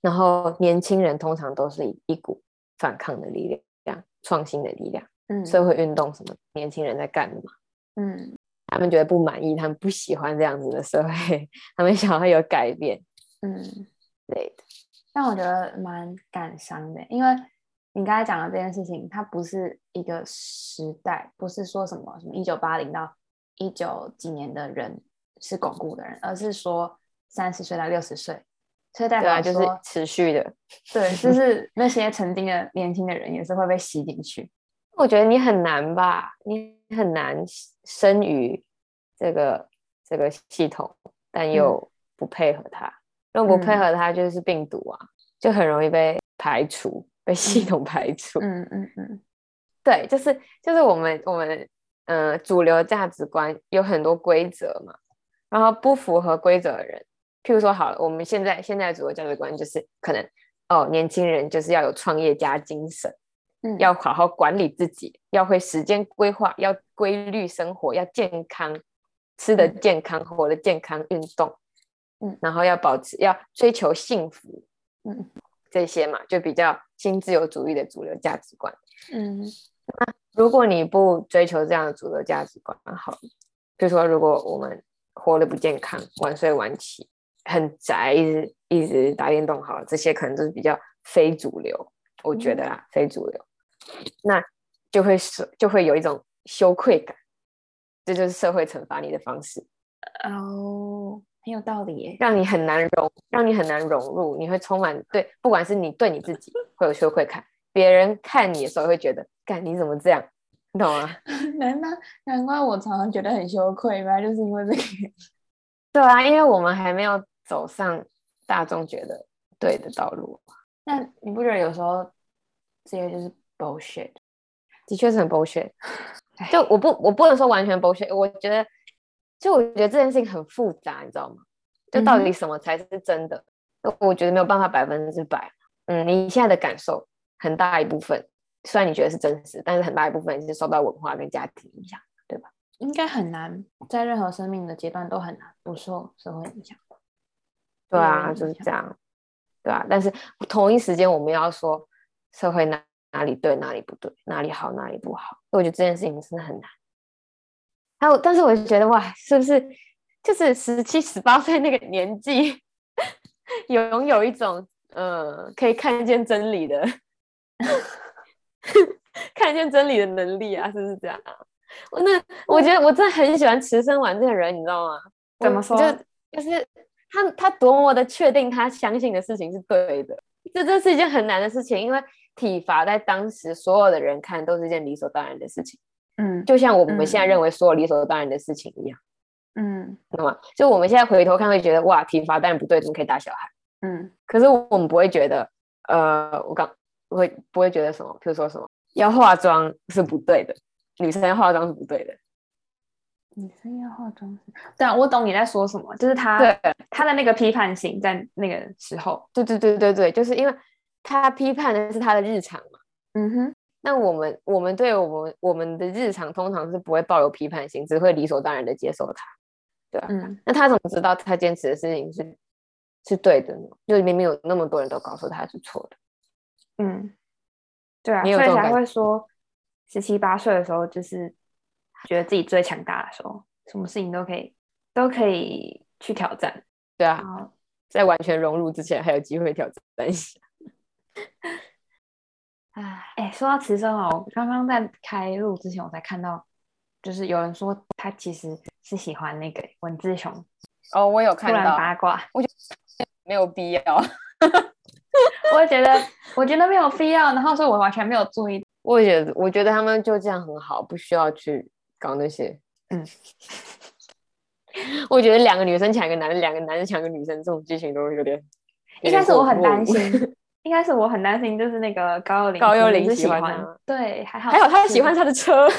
Speaker 1: 然后年轻人通常都是一一股反抗的力量、创新的力量、
Speaker 2: 嗯
Speaker 1: 社会运动什么，年轻人在干的嘛。
Speaker 2: 嗯
Speaker 1: 他们觉得不满意，他们不喜欢这样子的社会， (laughs) 他们想要有改变
Speaker 2: 嗯，
Speaker 1: 之类的。
Speaker 2: 但我觉得蛮感伤的，因为你刚才讲的这件事情，它不是一个时代，不是说什么什么一九八零到一九几年的人是巩固的人，而是说三十岁到六十岁，所以代
Speaker 1: 对啊，就
Speaker 2: 表
Speaker 1: 是嗯
Speaker 2: 说
Speaker 1: 持续的。
Speaker 2: 对，就是那些曾经的年轻的人也是会被吸进去。
Speaker 1: 我觉得你很难吧，你很难生于这个这个系统，但又不配合它。如果不配
Speaker 2: 嗯
Speaker 1: 合它，就是病毒啊，就很容易被排除，被系
Speaker 2: 嗯
Speaker 1: 统排除。
Speaker 2: 嗯嗯嗯
Speaker 1: (laughs) 对，就是就是我们我们呃主流价值观有很多规则嘛，然后不符合规则的人，譬如说好了，我们现在现在主流价值观就是可能哦，年轻人就是要有创业家精神，
Speaker 2: 嗯，
Speaker 1: 要好好管理自己，要会时间规划，要规律生活，要健康，吃的
Speaker 2: 嗯
Speaker 1: 健康，活的健康，运动，
Speaker 2: 嗯，
Speaker 1: 然后要保持要追求幸福，
Speaker 2: 嗯，
Speaker 1: 这些嘛，就比较新自由主义的主流价值观。
Speaker 2: 嗯
Speaker 1: 如果你不追求这样的主流价值观，好了，比如说，如果我们活得不健康，晚睡晚起，很宅，一直一直打电动，好了，这些可能都是比较非主流，我觉得啦，非主流，那就会是就会有一种羞愧感，这就是社会惩罚你的方式，
Speaker 2: 哦，很有道理耶。 (laughs)
Speaker 1: 让你很难融，让你很难融入，你会充满对，不管是你对你自己会有羞愧感，别人看你的时候会觉得，干你怎么这样，你懂吗？
Speaker 2: 难道难怪我常常觉得很羞愧，原来就是因为这个原因。
Speaker 1: 对啊，因为我们还没有走上大众觉得对的道路，
Speaker 2: 那你不觉得有时候这些就是 bullshit？
Speaker 1: 的确是很 bullshit
Speaker 2: 唉。
Speaker 1: 就我不，我不能说完全 bullshit，我觉得，就我觉得这件事情很复杂，你知道吗？就到底什么才是真的？我觉得没有办法百分之百。嗯，你现在的感受很大一部分，虽然你觉得是真实，但是很大一部分是受到文化跟家庭影响。
Speaker 2: 应该很难，在任何生命的阶段都很难不受社会影响。
Speaker 1: 对
Speaker 2: 有
Speaker 1: 啊，
Speaker 2: 影
Speaker 1: 就是
Speaker 2: 响
Speaker 1: 这样。对啊，但是同一时间我们要说社会哪哪里对，哪里不对，哪里好，哪里不好。所以我觉得这件事情真的很难。还有，但是我就觉得哇，是不是就是十七、十八岁那个年纪，拥有一种呃可以看见真理
Speaker 2: (laughs)
Speaker 1: 的，看见真理的能力啊？是不是这样啊？我那我觉得我真的很喜欢池生丸这个人，你知道吗？
Speaker 2: 怎
Speaker 1: 我
Speaker 2: 么说
Speaker 1: 就就是他他多么的确定他相信的事情是对的，这这是一件很难的事情，因为体罚在当时所有的人看都是一件理所当然的事情，
Speaker 2: 嗯
Speaker 1: 就像我们现在
Speaker 2: 嗯
Speaker 1: 认为所有理所当然的事情一样，
Speaker 2: 嗯
Speaker 1: 那么就我们现在回头看会觉得哇，体罚当然不对，怎么可以打小孩？
Speaker 2: 嗯
Speaker 1: 可是我们不会觉得，呃，我刚不会不会觉得什么，譬如说什么要化妆是不对的，女生要化妆是不对的，
Speaker 2: 女生要化妆是？对啊，我懂你在说什么，就是他
Speaker 1: 对，
Speaker 2: 他的那个批判性在那个时候。
Speaker 1: 对对对对对，就是因为他批判的是他的日常嘛。
Speaker 2: 嗯哼，
Speaker 1: 那我们我们对我们我们的日常通常是不会抱有批判性，只会理所当然的接受它。
Speaker 2: 嗯
Speaker 1: 那他怎么知道他坚持的事情是是对的呢？就明明有那么多人都告诉他是错的。
Speaker 2: 嗯，对啊，
Speaker 1: 你有
Speaker 2: 所以
Speaker 1: 这种
Speaker 2: 才
Speaker 1: 感
Speaker 2: 会说十七八岁的时候，就是觉得自己最强大的时候，什么事情都可以都可以去挑战。
Speaker 1: 对啊，
Speaker 2: 好，
Speaker 1: 在完全融入之前还有机会挑战一下。唉，
Speaker 2: 哎、说到池生哦，我刚刚在开录之前，我才看到，就是有人说他其实是喜欢那个文志雄，
Speaker 1: 哦，我有
Speaker 2: 突
Speaker 1: 看
Speaker 2: 然
Speaker 1: 到，
Speaker 2: 八卦， (laughs)
Speaker 1: 没有必要。
Speaker 2: 我觉得我觉得没有必要，然后所以我完全没有注意。
Speaker 1: 我也觉得，我觉得他们就这样很好，不需要去搞那些。
Speaker 2: 嗯，
Speaker 1: 我觉得两个女生抢一个男的，两个男的抢一个女生，这种剧情都有点。有
Speaker 2: 一
Speaker 1: 点
Speaker 2: 开始我很
Speaker 1: 过
Speaker 2: 担心，一开始我很担心，就是那个高幼霖，
Speaker 1: 高幼霖
Speaker 2: 是
Speaker 1: 喜
Speaker 2: 喜
Speaker 1: 欢
Speaker 2: 欢
Speaker 1: 他，
Speaker 2: 对，还好
Speaker 1: 还有他喜
Speaker 2: 是
Speaker 1: 欢他的车， (laughs)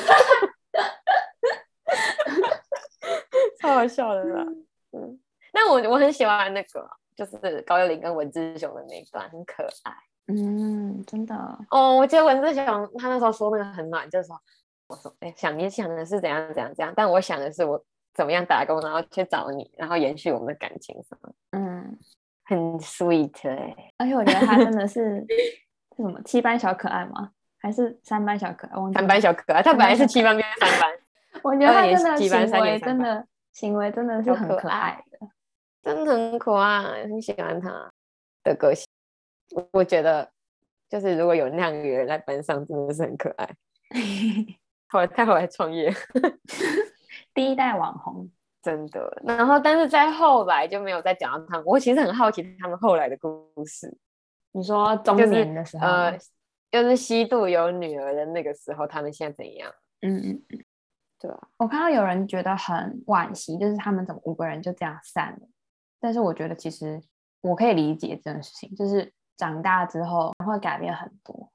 Speaker 1: 超好笑的啦。嗯，那我我很喜欢那个，就是高幽灵跟文志雄的那一段，很可爱。
Speaker 2: 嗯，真的，
Speaker 1: 哦，我记得文志雄他那时候说那个很暖，就是说，我说，哎、想你想的是怎样怎样怎样，但我想的是我怎么样打工，然后去找你，然后延续我们的感情什么的，
Speaker 2: 嗯，
Speaker 1: 很 sweet 哎、
Speaker 2: 而且我觉得他真的是 (laughs) 是什么七班小可爱吗？还是三班小可爱？我忘记
Speaker 1: 三
Speaker 2: 了
Speaker 1: 班小可爱，他本来是七班变三班，
Speaker 2: 我觉得
Speaker 1: 二
Speaker 2: 他
Speaker 1: 年
Speaker 2: 真的
Speaker 1: 级班
Speaker 2: 行
Speaker 1: 三年
Speaker 2: 为
Speaker 1: 三
Speaker 2: 真
Speaker 1: 班
Speaker 2: 的行为真的是
Speaker 1: 好
Speaker 2: 很
Speaker 1: 可
Speaker 2: 可
Speaker 1: 爱
Speaker 2: 爱的。
Speaker 1: 真的很可爱，很喜欢他的个性。我我觉得，就是如果有那样的人在班上，真的是很可爱。 (laughs) 后来他后来创业，
Speaker 2: 第一代网红，
Speaker 1: 真的。然后，但是在后来就没有再讲到他们。我其实很好奇他们后来的故事，
Speaker 3: 你说中
Speaker 1: 就是
Speaker 3: 年的时候，
Speaker 1: 呃，就是西渡有女儿的那个时候，他们现在怎样？
Speaker 3: 嗯嗯，
Speaker 1: 对啊，
Speaker 2: 我看到有人觉得很惋惜，就是他们怎么五个人就这样散了。但是我觉得其实我可以理解这件事情，就是长大之后会改变很多，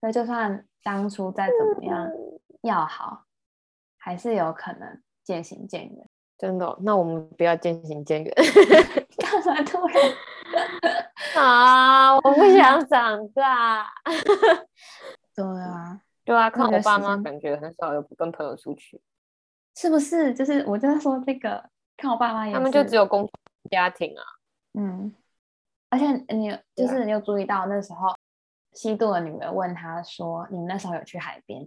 Speaker 2: 所以就算当初再怎么样
Speaker 1: 嗯
Speaker 2: 要好，还是有可能渐行渐远。
Speaker 1: 真的哦、那我们不要渐行渐远
Speaker 2: 干嘛突然？
Speaker 1: (laughs) 啊！我不想长大。
Speaker 2: 对啊，
Speaker 1: (laughs) 对啊，看
Speaker 2: 那个
Speaker 1: 我爸
Speaker 2: 时
Speaker 1: 妈
Speaker 2: 间
Speaker 1: 感觉很少有跟朋友出去，
Speaker 2: (laughs) 是不是？就是我就在说这个，看我爸妈也
Speaker 1: 他们哎就是只有工作家庭啊。
Speaker 2: 嗯，而且你有
Speaker 1: 对
Speaker 2: 就
Speaker 1: 啊
Speaker 2: 是你有注意到那时候西渡的女儿问他说：“你那时候有去海边？”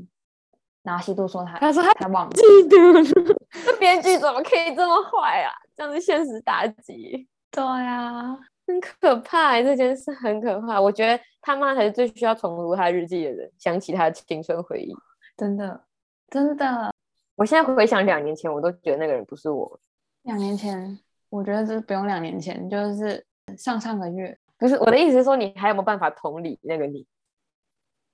Speaker 2: 然后西渡说他
Speaker 1: 他说他
Speaker 2: 他忘记，
Speaker 1: 嫉妒， (laughs) 这编剧怎么可以这么坏啊？这样子现实打击，
Speaker 2: 对啊，
Speaker 1: 很可怕、欸，这件事很可怕。我觉得他妈才是最需要重读他日记的人，想起他的青春回忆。
Speaker 2: 真的真的，
Speaker 1: 我现在回想两年前，我都觉得那个人不是我，
Speaker 2: 两年前我觉得这不用两年前，就是上上个月
Speaker 1: 不是我的意思是说，你还有没有办法同理那个你？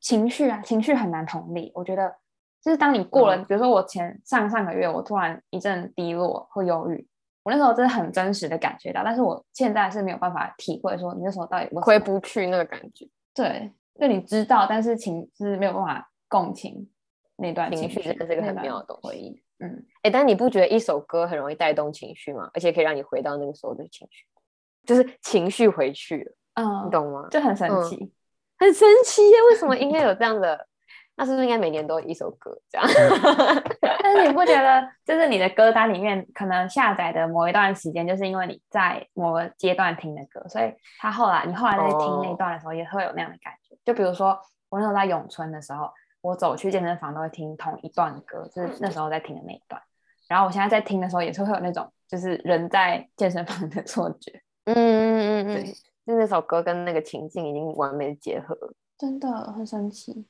Speaker 2: 情绪啊，情绪很难同理。我觉得就是当你过了，
Speaker 1: 嗯
Speaker 2: 比如说我前上上个月，我突然一阵低落或忧郁，我那时候真的很真实的感觉到，但是我现在是没有办法体会说你那时候到底我
Speaker 1: 回不去那个感觉，
Speaker 2: 对，就你知道，但是情是没有办法共情那段
Speaker 1: 情绪
Speaker 2: 绪，
Speaker 1: 真的是个
Speaker 2: 那
Speaker 1: 很
Speaker 2: 段
Speaker 1: 妙的东
Speaker 2: 回
Speaker 1: 西
Speaker 2: 忆。嗯，
Speaker 1: 哎，但你不觉得一首歌很容易带动情绪吗？而且可以让你回到那个时候的情绪，就是情绪回去了，
Speaker 2: 嗯
Speaker 1: 你，懂吗？
Speaker 2: 就很神
Speaker 1: 嗯
Speaker 2: 奇。
Speaker 1: 很神奇耶！为什么应该有这样的？那是不是应该每年都有一首歌这样？ (laughs)
Speaker 2: 但是你不觉得，就是你的歌单里面可能下载的某一段时间，就是因为你在某个阶段听的歌，所以他后来你后来再去听那
Speaker 1: 哦
Speaker 2: 段的时候，也会有那样的感觉。就比如说我那时候在永春的时候，我走去健身房都会听同一段歌，就是那时候在听的那一段。然后我现在在听的时候，也是会有那种就是人在健身房的 (laughs) 错觉。
Speaker 1: 嗯嗯嗯嗯，
Speaker 2: 对
Speaker 1: 就那首歌跟那个情境已经完美的结合了。
Speaker 2: 真的很神奇。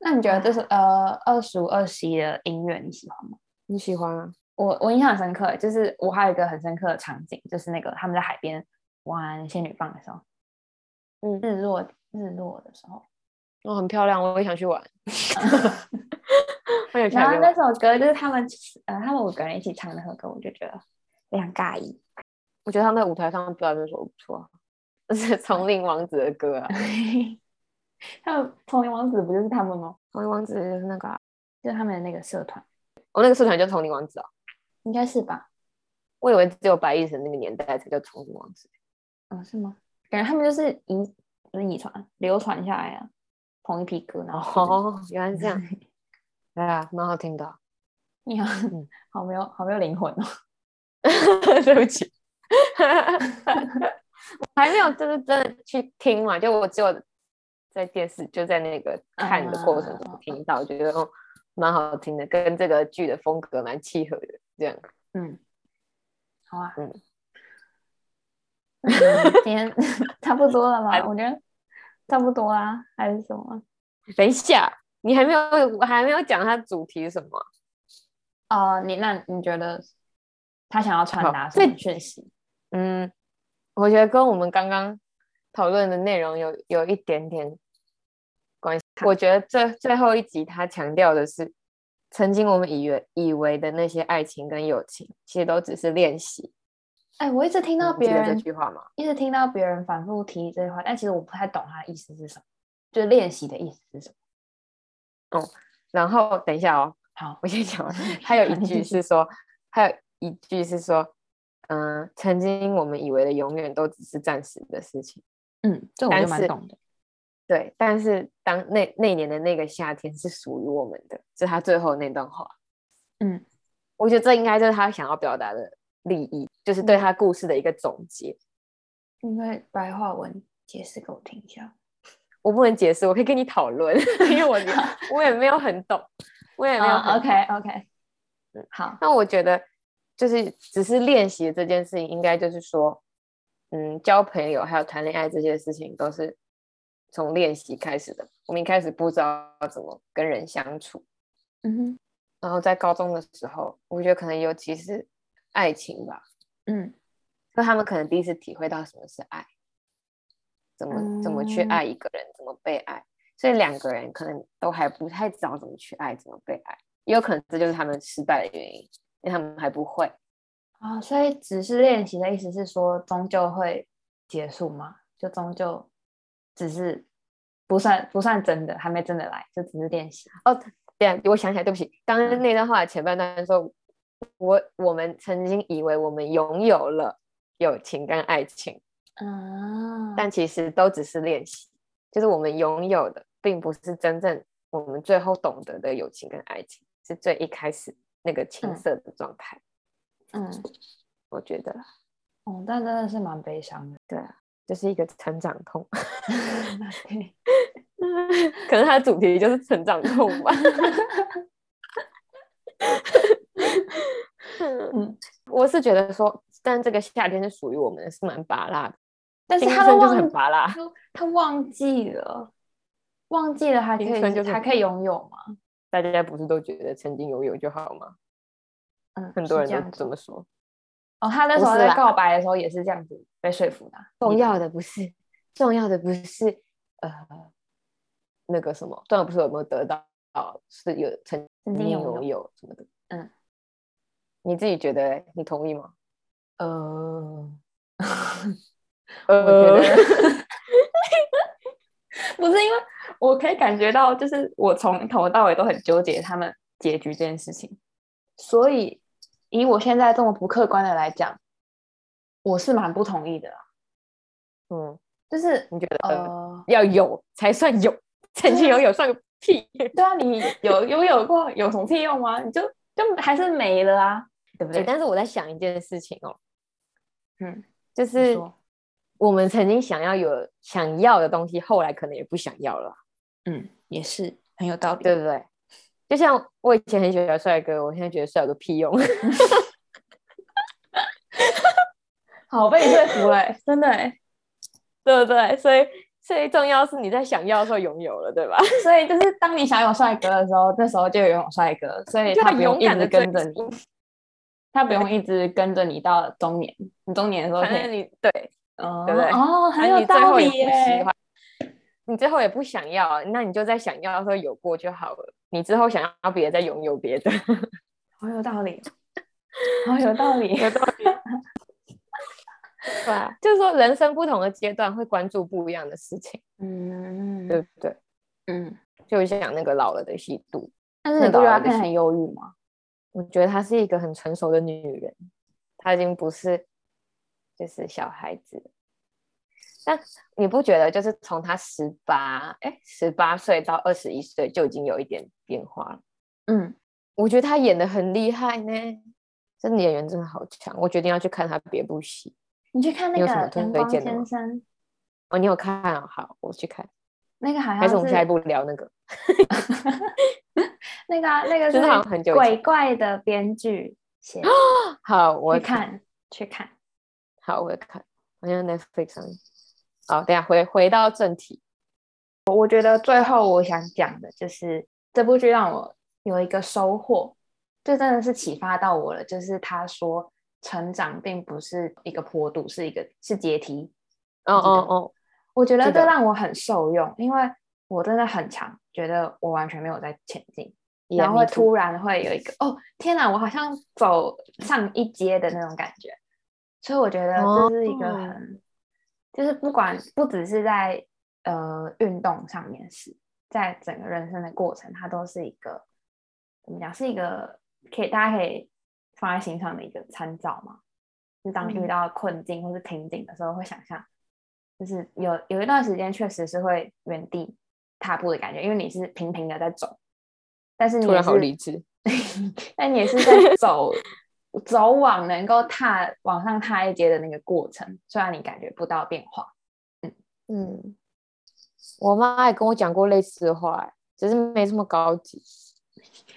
Speaker 2: 那你觉得就是呃二十五二十一的音乐你喜欢吗？
Speaker 1: 你喜欢啊？
Speaker 2: 我我印象很深刻，欸就是我还有一个很深刻的场景，就是那个他们在海边玩仙女棒的时候，
Speaker 1: 嗯
Speaker 2: 日落日落的时候，
Speaker 1: 哦，很漂亮，我也想去玩。 (laughs) 我有去
Speaker 2: 然
Speaker 1: 海
Speaker 2: 后
Speaker 1: 边
Speaker 2: 那
Speaker 1: 玩
Speaker 2: 首歌就是他们呃他们五个人一起唱那首歌，我就觉得非常尬意。 (laughs)
Speaker 1: 我觉得他们在舞台上表演的时候不错啊，而且 (laughs) 丛林王子的歌啊，
Speaker 2: 他们丛林王子不就是他们吗？
Speaker 1: 丛林王子就是那个啊、
Speaker 2: 就是他们的那个社团，
Speaker 1: 哦我、那个社团叫丛林王子啊，
Speaker 2: 应该是吧？
Speaker 1: 我以为只有白亦晨那个年代才叫丛林王子。
Speaker 2: 嗯，是吗？感觉他们就是遗不是遗传流传下来啊，同一批歌，然后
Speaker 1: (laughs) 哦，
Speaker 2: 就是
Speaker 1: 原来是这样，对啊，蛮好听的 (laughs) 啊。
Speaker 2: (laughs) 你好
Speaker 1: 嗯，
Speaker 2: 好没有，好没有灵魂哦。
Speaker 1: 对不 (laughs) 起，我还没有就是真的去听嘛，就我只有在电视就在那个看的过程中听到，我觉得哦蛮好听的，跟这个剧的风格蛮契合的。这样，
Speaker 2: 嗯， (laughs) 好啊，
Speaker 1: 嗯
Speaker 2: 嗯，
Speaker 1: (laughs)
Speaker 2: 今天差不多了
Speaker 1: 还
Speaker 2: 吧？我觉得差不多啦，还是什么？
Speaker 1: 等一下，你还没有我还没有讲它主题是什么啊？
Speaker 2: 哦，你那你觉得他想要传
Speaker 1: 好
Speaker 2: 达什
Speaker 1: 这
Speaker 2: 么讯息？
Speaker 1: 嗯，我觉得跟我们刚刚讨论的内容有有一点点关系。我觉得最最后一集他强调的是，曾经我们以为以为的那些爱情跟友情，其实都只是练习。
Speaker 2: 哎，我一直听
Speaker 1: 嗯你
Speaker 2: 到
Speaker 1: 记
Speaker 2: 别
Speaker 1: 得这
Speaker 2: 人
Speaker 1: 句话吗？
Speaker 2: 一直听到别人反复提这句话，但其实我不太懂他的意思是什么，就是练习的意思是什么。
Speaker 1: 然后等一下哦，
Speaker 2: 好，
Speaker 1: 我先讲完。还有一句是说，还有一句是说，嗯、曾经我们以为的永远都只是暂时的事情。
Speaker 2: 嗯，这我就
Speaker 1: 但
Speaker 2: 蛮
Speaker 1: 是
Speaker 2: 懂的。
Speaker 1: 对，但是当那那年的那个夏天是属于我们的，这是他最后那段话。
Speaker 2: 嗯，
Speaker 1: 我觉得这应该就是他想要表达的利益，就是
Speaker 2: 嗯
Speaker 1: 对他故事的一个总结。
Speaker 2: 因为白话文解释给我听一下。
Speaker 1: 我不能解释，我可以跟你讨论， (laughs) 因为我
Speaker 2: (laughs)
Speaker 1: 也我也没有很懂，我也没有嗯
Speaker 2: 啊
Speaker 1: 很懂。
Speaker 2: ，OK OK，好，
Speaker 1: 那我觉得就是只是练习这件事情，应该就是说，嗯，交朋友还有谈恋爱这些事情都是从练习开始的。我们一开始不知道怎么跟人相处，
Speaker 2: 嗯哼，
Speaker 1: 然后在高中的时候，我觉得可能尤其是爱情吧，
Speaker 2: 嗯，
Speaker 1: 就他们可能第一次体会到什么是爱，怎么怎么去爱一个人，怎么被爱，所以两个人可能都还不太知道怎么去爱，怎么被爱，也有可能这就是他们失败的原因，因为他们还不会。
Speaker 2: 啊、所以只是练习的意思是说，终究会结束吗？就终究只是不算不算真的，还没真的来，就只是练习。
Speaker 1: 对啊，我想起来，对不起，刚刚
Speaker 2: 嗯
Speaker 1: 那段话的前半段说，我我们曾经以为我们拥有了友情跟爱情，
Speaker 2: 啊
Speaker 1: 但其实都只是练习，就是我们拥有的，并不是真正我们最后懂得的友情跟爱情，是最一开始那个青
Speaker 2: 嗯
Speaker 1: 涩的状态。
Speaker 2: 嗯，
Speaker 1: 我觉得啦
Speaker 2: 哦，但真的是蛮悲
Speaker 1: (laughs)
Speaker 2: 伤的。
Speaker 1: 这是一个成长痛， (laughs)
Speaker 2: 对，
Speaker 1: 可能它的主题就是成长痛吧。 (laughs)
Speaker 2: 嗯，
Speaker 1: 我是觉得说，但这个夏天是属于我们的，是蛮拔辣的，
Speaker 2: 但是啊
Speaker 1: 青
Speaker 2: 他都
Speaker 1: 春就是
Speaker 2: 忘
Speaker 1: 很拔辣。
Speaker 2: 他他忘记了，忘记了还可
Speaker 1: 青
Speaker 2: 以
Speaker 1: 春就是
Speaker 2: 还可以拥有吗？
Speaker 1: 大家不是都觉得曾经拥有就好吗？
Speaker 2: 嗯，
Speaker 1: 很多
Speaker 2: 是这
Speaker 1: 人
Speaker 2: 样
Speaker 1: 都这
Speaker 2: 子
Speaker 1: 么说。
Speaker 2: 哦，他那时
Speaker 1: 不
Speaker 2: 候
Speaker 1: 是
Speaker 2: 在
Speaker 1: 啦
Speaker 2: 告白的时候也是这样子被说服的啊。
Speaker 1: 重
Speaker 2: 你
Speaker 1: 要的不是，重要的不是呃那个什么，重要不是有没有得到，是有曾
Speaker 2: 曾经
Speaker 1: 经
Speaker 2: 拥有
Speaker 1: 拥有什么的。
Speaker 2: 嗯，
Speaker 1: 你自己觉得欸，你同意吗？ (laughs)
Speaker 2: 呃，
Speaker 1: 呃
Speaker 2: 我觉得 (laughs) 不是因为我可以感觉到，就是我从头到尾都很纠结他们结局这件事情，所以以我现在这么不客观的来讲，我是蛮不同意的啦。
Speaker 1: 嗯，
Speaker 2: 就是
Speaker 1: 你觉得、
Speaker 2: 呃，
Speaker 1: 要有才算有，曾经
Speaker 2: 对啊
Speaker 1: 拥有算个屁。
Speaker 2: 对啊，你有拥有过有什么屁用吗？你就就还是没了啊，对不
Speaker 1: 对，
Speaker 2: 对？
Speaker 1: 哎但是我在想一件事情哦，
Speaker 2: 嗯，
Speaker 1: 就
Speaker 2: 你
Speaker 1: 是
Speaker 2: 说
Speaker 1: 我们曾经想要有想要的东西，后来可能也不想要了。
Speaker 2: 嗯，也是很有道理。
Speaker 1: 对不对？就像我以前很喜欢帅哥，我现在觉得帅有个屁用。 (laughs)
Speaker 2: 好被你说服了 (laughs) 欸，真的哎。
Speaker 1: 对不对？所以最重要是你在想要的时候拥有了，对吧？
Speaker 2: 所以就是当你想有帅哥的时候，那时候就有种帅哥，所以
Speaker 1: (laughs) 就
Speaker 2: 他
Speaker 1: 很
Speaker 2: 不用
Speaker 1: 勇
Speaker 2: 一
Speaker 1: 敢
Speaker 2: 直
Speaker 1: 的追
Speaker 2: 跟着你，
Speaker 1: 逐，
Speaker 2: 他不用一直跟着你到中年，你中年的时候
Speaker 1: 反
Speaker 2: 可
Speaker 1: 正
Speaker 2: 以，
Speaker 1: 你对，
Speaker 2: 哦
Speaker 1: 对不对
Speaker 2: 哦，
Speaker 1: 反
Speaker 2: 很
Speaker 1: 正
Speaker 2: 有
Speaker 1: 你最
Speaker 2: 道
Speaker 1: 后也
Speaker 2: 理
Speaker 1: 不喜
Speaker 2: 耶。
Speaker 1: 欢，你最后也不想要，那你就在想要的时候有过就好了。你之后想要别的再拥有别的，
Speaker 2: 好有道理，好有道理。
Speaker 1: (laughs) 对
Speaker 2: 啊
Speaker 1: 吧？ (laughs) 就是说人生不同的阶段会关注不一样的事情，
Speaker 2: 嗯
Speaker 1: 对不对？
Speaker 2: 嗯，
Speaker 1: 就像那个老了的喜度，
Speaker 2: 但是
Speaker 1: 那
Speaker 2: 你不
Speaker 1: 当
Speaker 2: 觉得他
Speaker 1: 然
Speaker 2: 看起来
Speaker 1: 是
Speaker 2: 很忧郁吗？
Speaker 1: 我觉得她是一个很成熟的女人，她已经不是就是小孩子了。但你不觉得就是从她十八哎十八岁到二十一岁就已经有一点变化了？
Speaker 2: 嗯，
Speaker 1: 我觉得她演的很厉害呢，真的演员真的好强，我决定要去看她别部戏。
Speaker 2: 你去看那
Speaker 1: 你
Speaker 2: 个
Speaker 1: 有什么
Speaker 2: 《
Speaker 1: 推
Speaker 2: 阳光
Speaker 1: 荐的吗
Speaker 2: 先生》，
Speaker 1: 哦，你有看啊？好，我去看。
Speaker 2: 那个好
Speaker 1: 还
Speaker 2: 像
Speaker 1: 是我们下一
Speaker 2: 是
Speaker 1: 步聊那个？
Speaker 2: 那个啊那个
Speaker 1: 真的好像
Speaker 2: 是
Speaker 1: 很久以
Speaker 2: 鬼
Speaker 1: 前。
Speaker 2: 怪的编剧写的，
Speaker 1: 好， (laughs) 我
Speaker 2: 去看去看。
Speaker 1: 好，我会看。好像 Netflix 上面。好，等一下回回到正题。
Speaker 2: 我觉得最后我想讲的就是这部剧让我有一个收获，这真的是启发到我了。就是他说，成长并不是一个坡度，是一个是阶梯。
Speaker 1: 哦
Speaker 2: 记得
Speaker 1: 哦哦，
Speaker 2: 我觉得
Speaker 1: 是
Speaker 2: 这
Speaker 1: 的
Speaker 2: 让我很受用，因为我真的很常觉得我完全没有在前进，
Speaker 1: 也
Speaker 2: 然后会
Speaker 1: me too
Speaker 2: 突然会有一个哦，天哪，我好像走上一阶的那种感觉。所以我觉得这是一个
Speaker 1: 哦
Speaker 2: 很，就是不管不只是在呃运动上面是，在整个人生的过程，它都是一个怎么讲，是一个可以大家可以放在心上的一个参照嘛。就当
Speaker 1: 嗯
Speaker 2: 遇到困境或是瓶颈的时候，会想象，就是有有一段时间确实是会原地踏步的感觉，因为你是平平的在走，但是你
Speaker 1: 突
Speaker 2: 也
Speaker 1: 然好
Speaker 2: 是
Speaker 1: 理智。
Speaker 2: (laughs) 但你也是 (laughs) 在走走往能够踏往上踏一阶的那个过程，虽然你感觉不到变化。
Speaker 1: 嗯，我妈也跟我讲过类似的话、欸，只是没这么高级。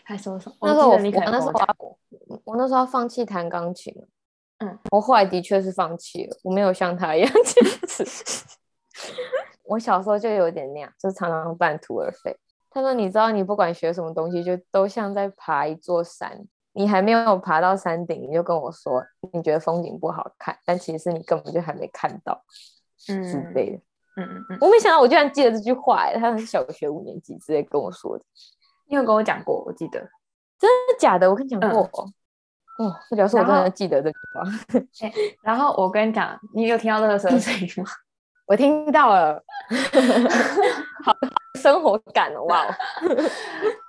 Speaker 2: 还说什么？
Speaker 1: 那时候
Speaker 2: 我
Speaker 1: 我
Speaker 2: 记得你可
Speaker 1: 我那
Speaker 2: 能跟
Speaker 1: 时
Speaker 2: 我
Speaker 1: 候
Speaker 2: 讲
Speaker 1: 我
Speaker 2: 过
Speaker 1: 我那时候要放弃弹钢琴，
Speaker 2: 嗯，
Speaker 1: 我后来的确是放弃了，我没有像她一样 (laughs) 坚持。我小时候就有点那样，就是常常半途而废。他说你知道你不管学什么东西，就都像在爬一座山。你还没有爬到山顶，你就跟我说你觉得风景不好看，但其实你根本就还没看到之
Speaker 2: 嗯
Speaker 1: 类的。
Speaker 2: 嗯嗯嗯，
Speaker 1: 我没想到我居然记得这句话、欸，他是小学五年级之类跟我说的，
Speaker 2: 你有跟我讲过，我记得。
Speaker 1: 真的假的？我跟你讲
Speaker 2: 嗯
Speaker 1: 过哦。哦，那表示我真
Speaker 2: 然
Speaker 1: 的
Speaker 2: 后
Speaker 1: 记得这句话，
Speaker 2: 然后我跟你讲，你有听到乐色的声音吗？ (laughs)
Speaker 1: 我听到了， (laughs) 好 (laughs) 生活感哦，哇哦！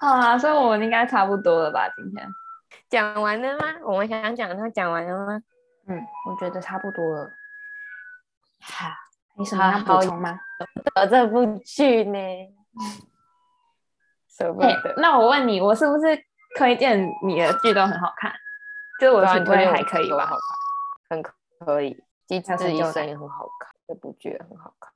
Speaker 2: 好啊，所以我们应该差不多了吧？今天，
Speaker 1: 讲完了吗？我们想讲他讲完了吗？
Speaker 2: 嗯，我觉得差不多了。 (sighs)
Speaker 1: 哈，
Speaker 2: 你什么要
Speaker 1: 好
Speaker 2: 补充吗？
Speaker 1: 我这部剧呢，舍不
Speaker 2: 哎、
Speaker 1: 得。
Speaker 2: 那我问你，我是不是推荐你的剧都很好看？就是我
Speaker 1: 对啊
Speaker 2: 的
Speaker 1: 你
Speaker 2: 品
Speaker 1: 推
Speaker 2: 味
Speaker 1: 荐我
Speaker 2: 还可以
Speaker 1: 都好
Speaker 2: 吧？
Speaker 1: 很可以，《机智
Speaker 2: 还有成
Speaker 1: 医
Speaker 2: 就
Speaker 1: 生
Speaker 2: 感》
Speaker 1: 也很好看，这部剧也很好看。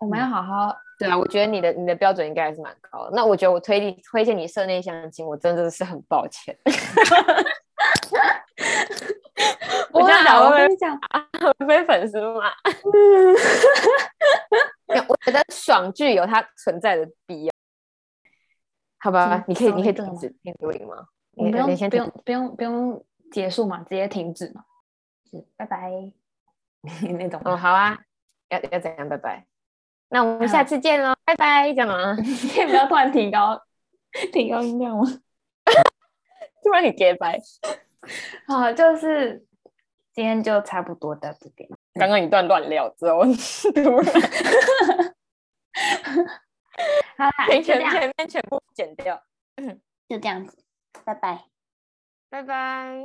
Speaker 2: 我们要好好
Speaker 1: 对啊，我觉得你的你的标准应该还是蛮高的。那我觉得我推你推荐你《社内相亲》，我真的是很抱歉。 (laughs)
Speaker 2: 不
Speaker 1: 我
Speaker 2: 会
Speaker 1: 这样
Speaker 2: 啊
Speaker 1: 讲
Speaker 2: 我嗯
Speaker 1: 会
Speaker 2: 跟你讲，
Speaker 1: 不会被粉丝骂。没有我觉得爽剧有它存在的必要。好吧
Speaker 2: 嗯，
Speaker 1: 你可以，
Speaker 2: 稍
Speaker 1: 你可以
Speaker 2: 微
Speaker 1: 停
Speaker 2: 对
Speaker 1: 止停止吗？
Speaker 2: 我们
Speaker 1: 你
Speaker 2: 不
Speaker 1: 你
Speaker 2: 用
Speaker 1: 先
Speaker 2: 不
Speaker 1: 停
Speaker 2: 用不用不用结束嘛，直接停止嘛，是拜拜 (laughs) 那种。
Speaker 1: 哦，好啊，要要怎样？拜拜。那我们
Speaker 2: 好
Speaker 1: 下次见喽，拜拜，啊干嘛？
Speaker 2: 你可以不要突然提高提高音量吗？
Speaker 1: (laughs) 突然很 g 白，
Speaker 2: 好，就是今天就差不多到这边。
Speaker 1: 刚刚一段乱聊之后， (laughs) 突然
Speaker 2: 好啦，就这样，
Speaker 1: 面全部剪掉，
Speaker 2: 就这样子，拜拜。
Speaker 1: 拜拜。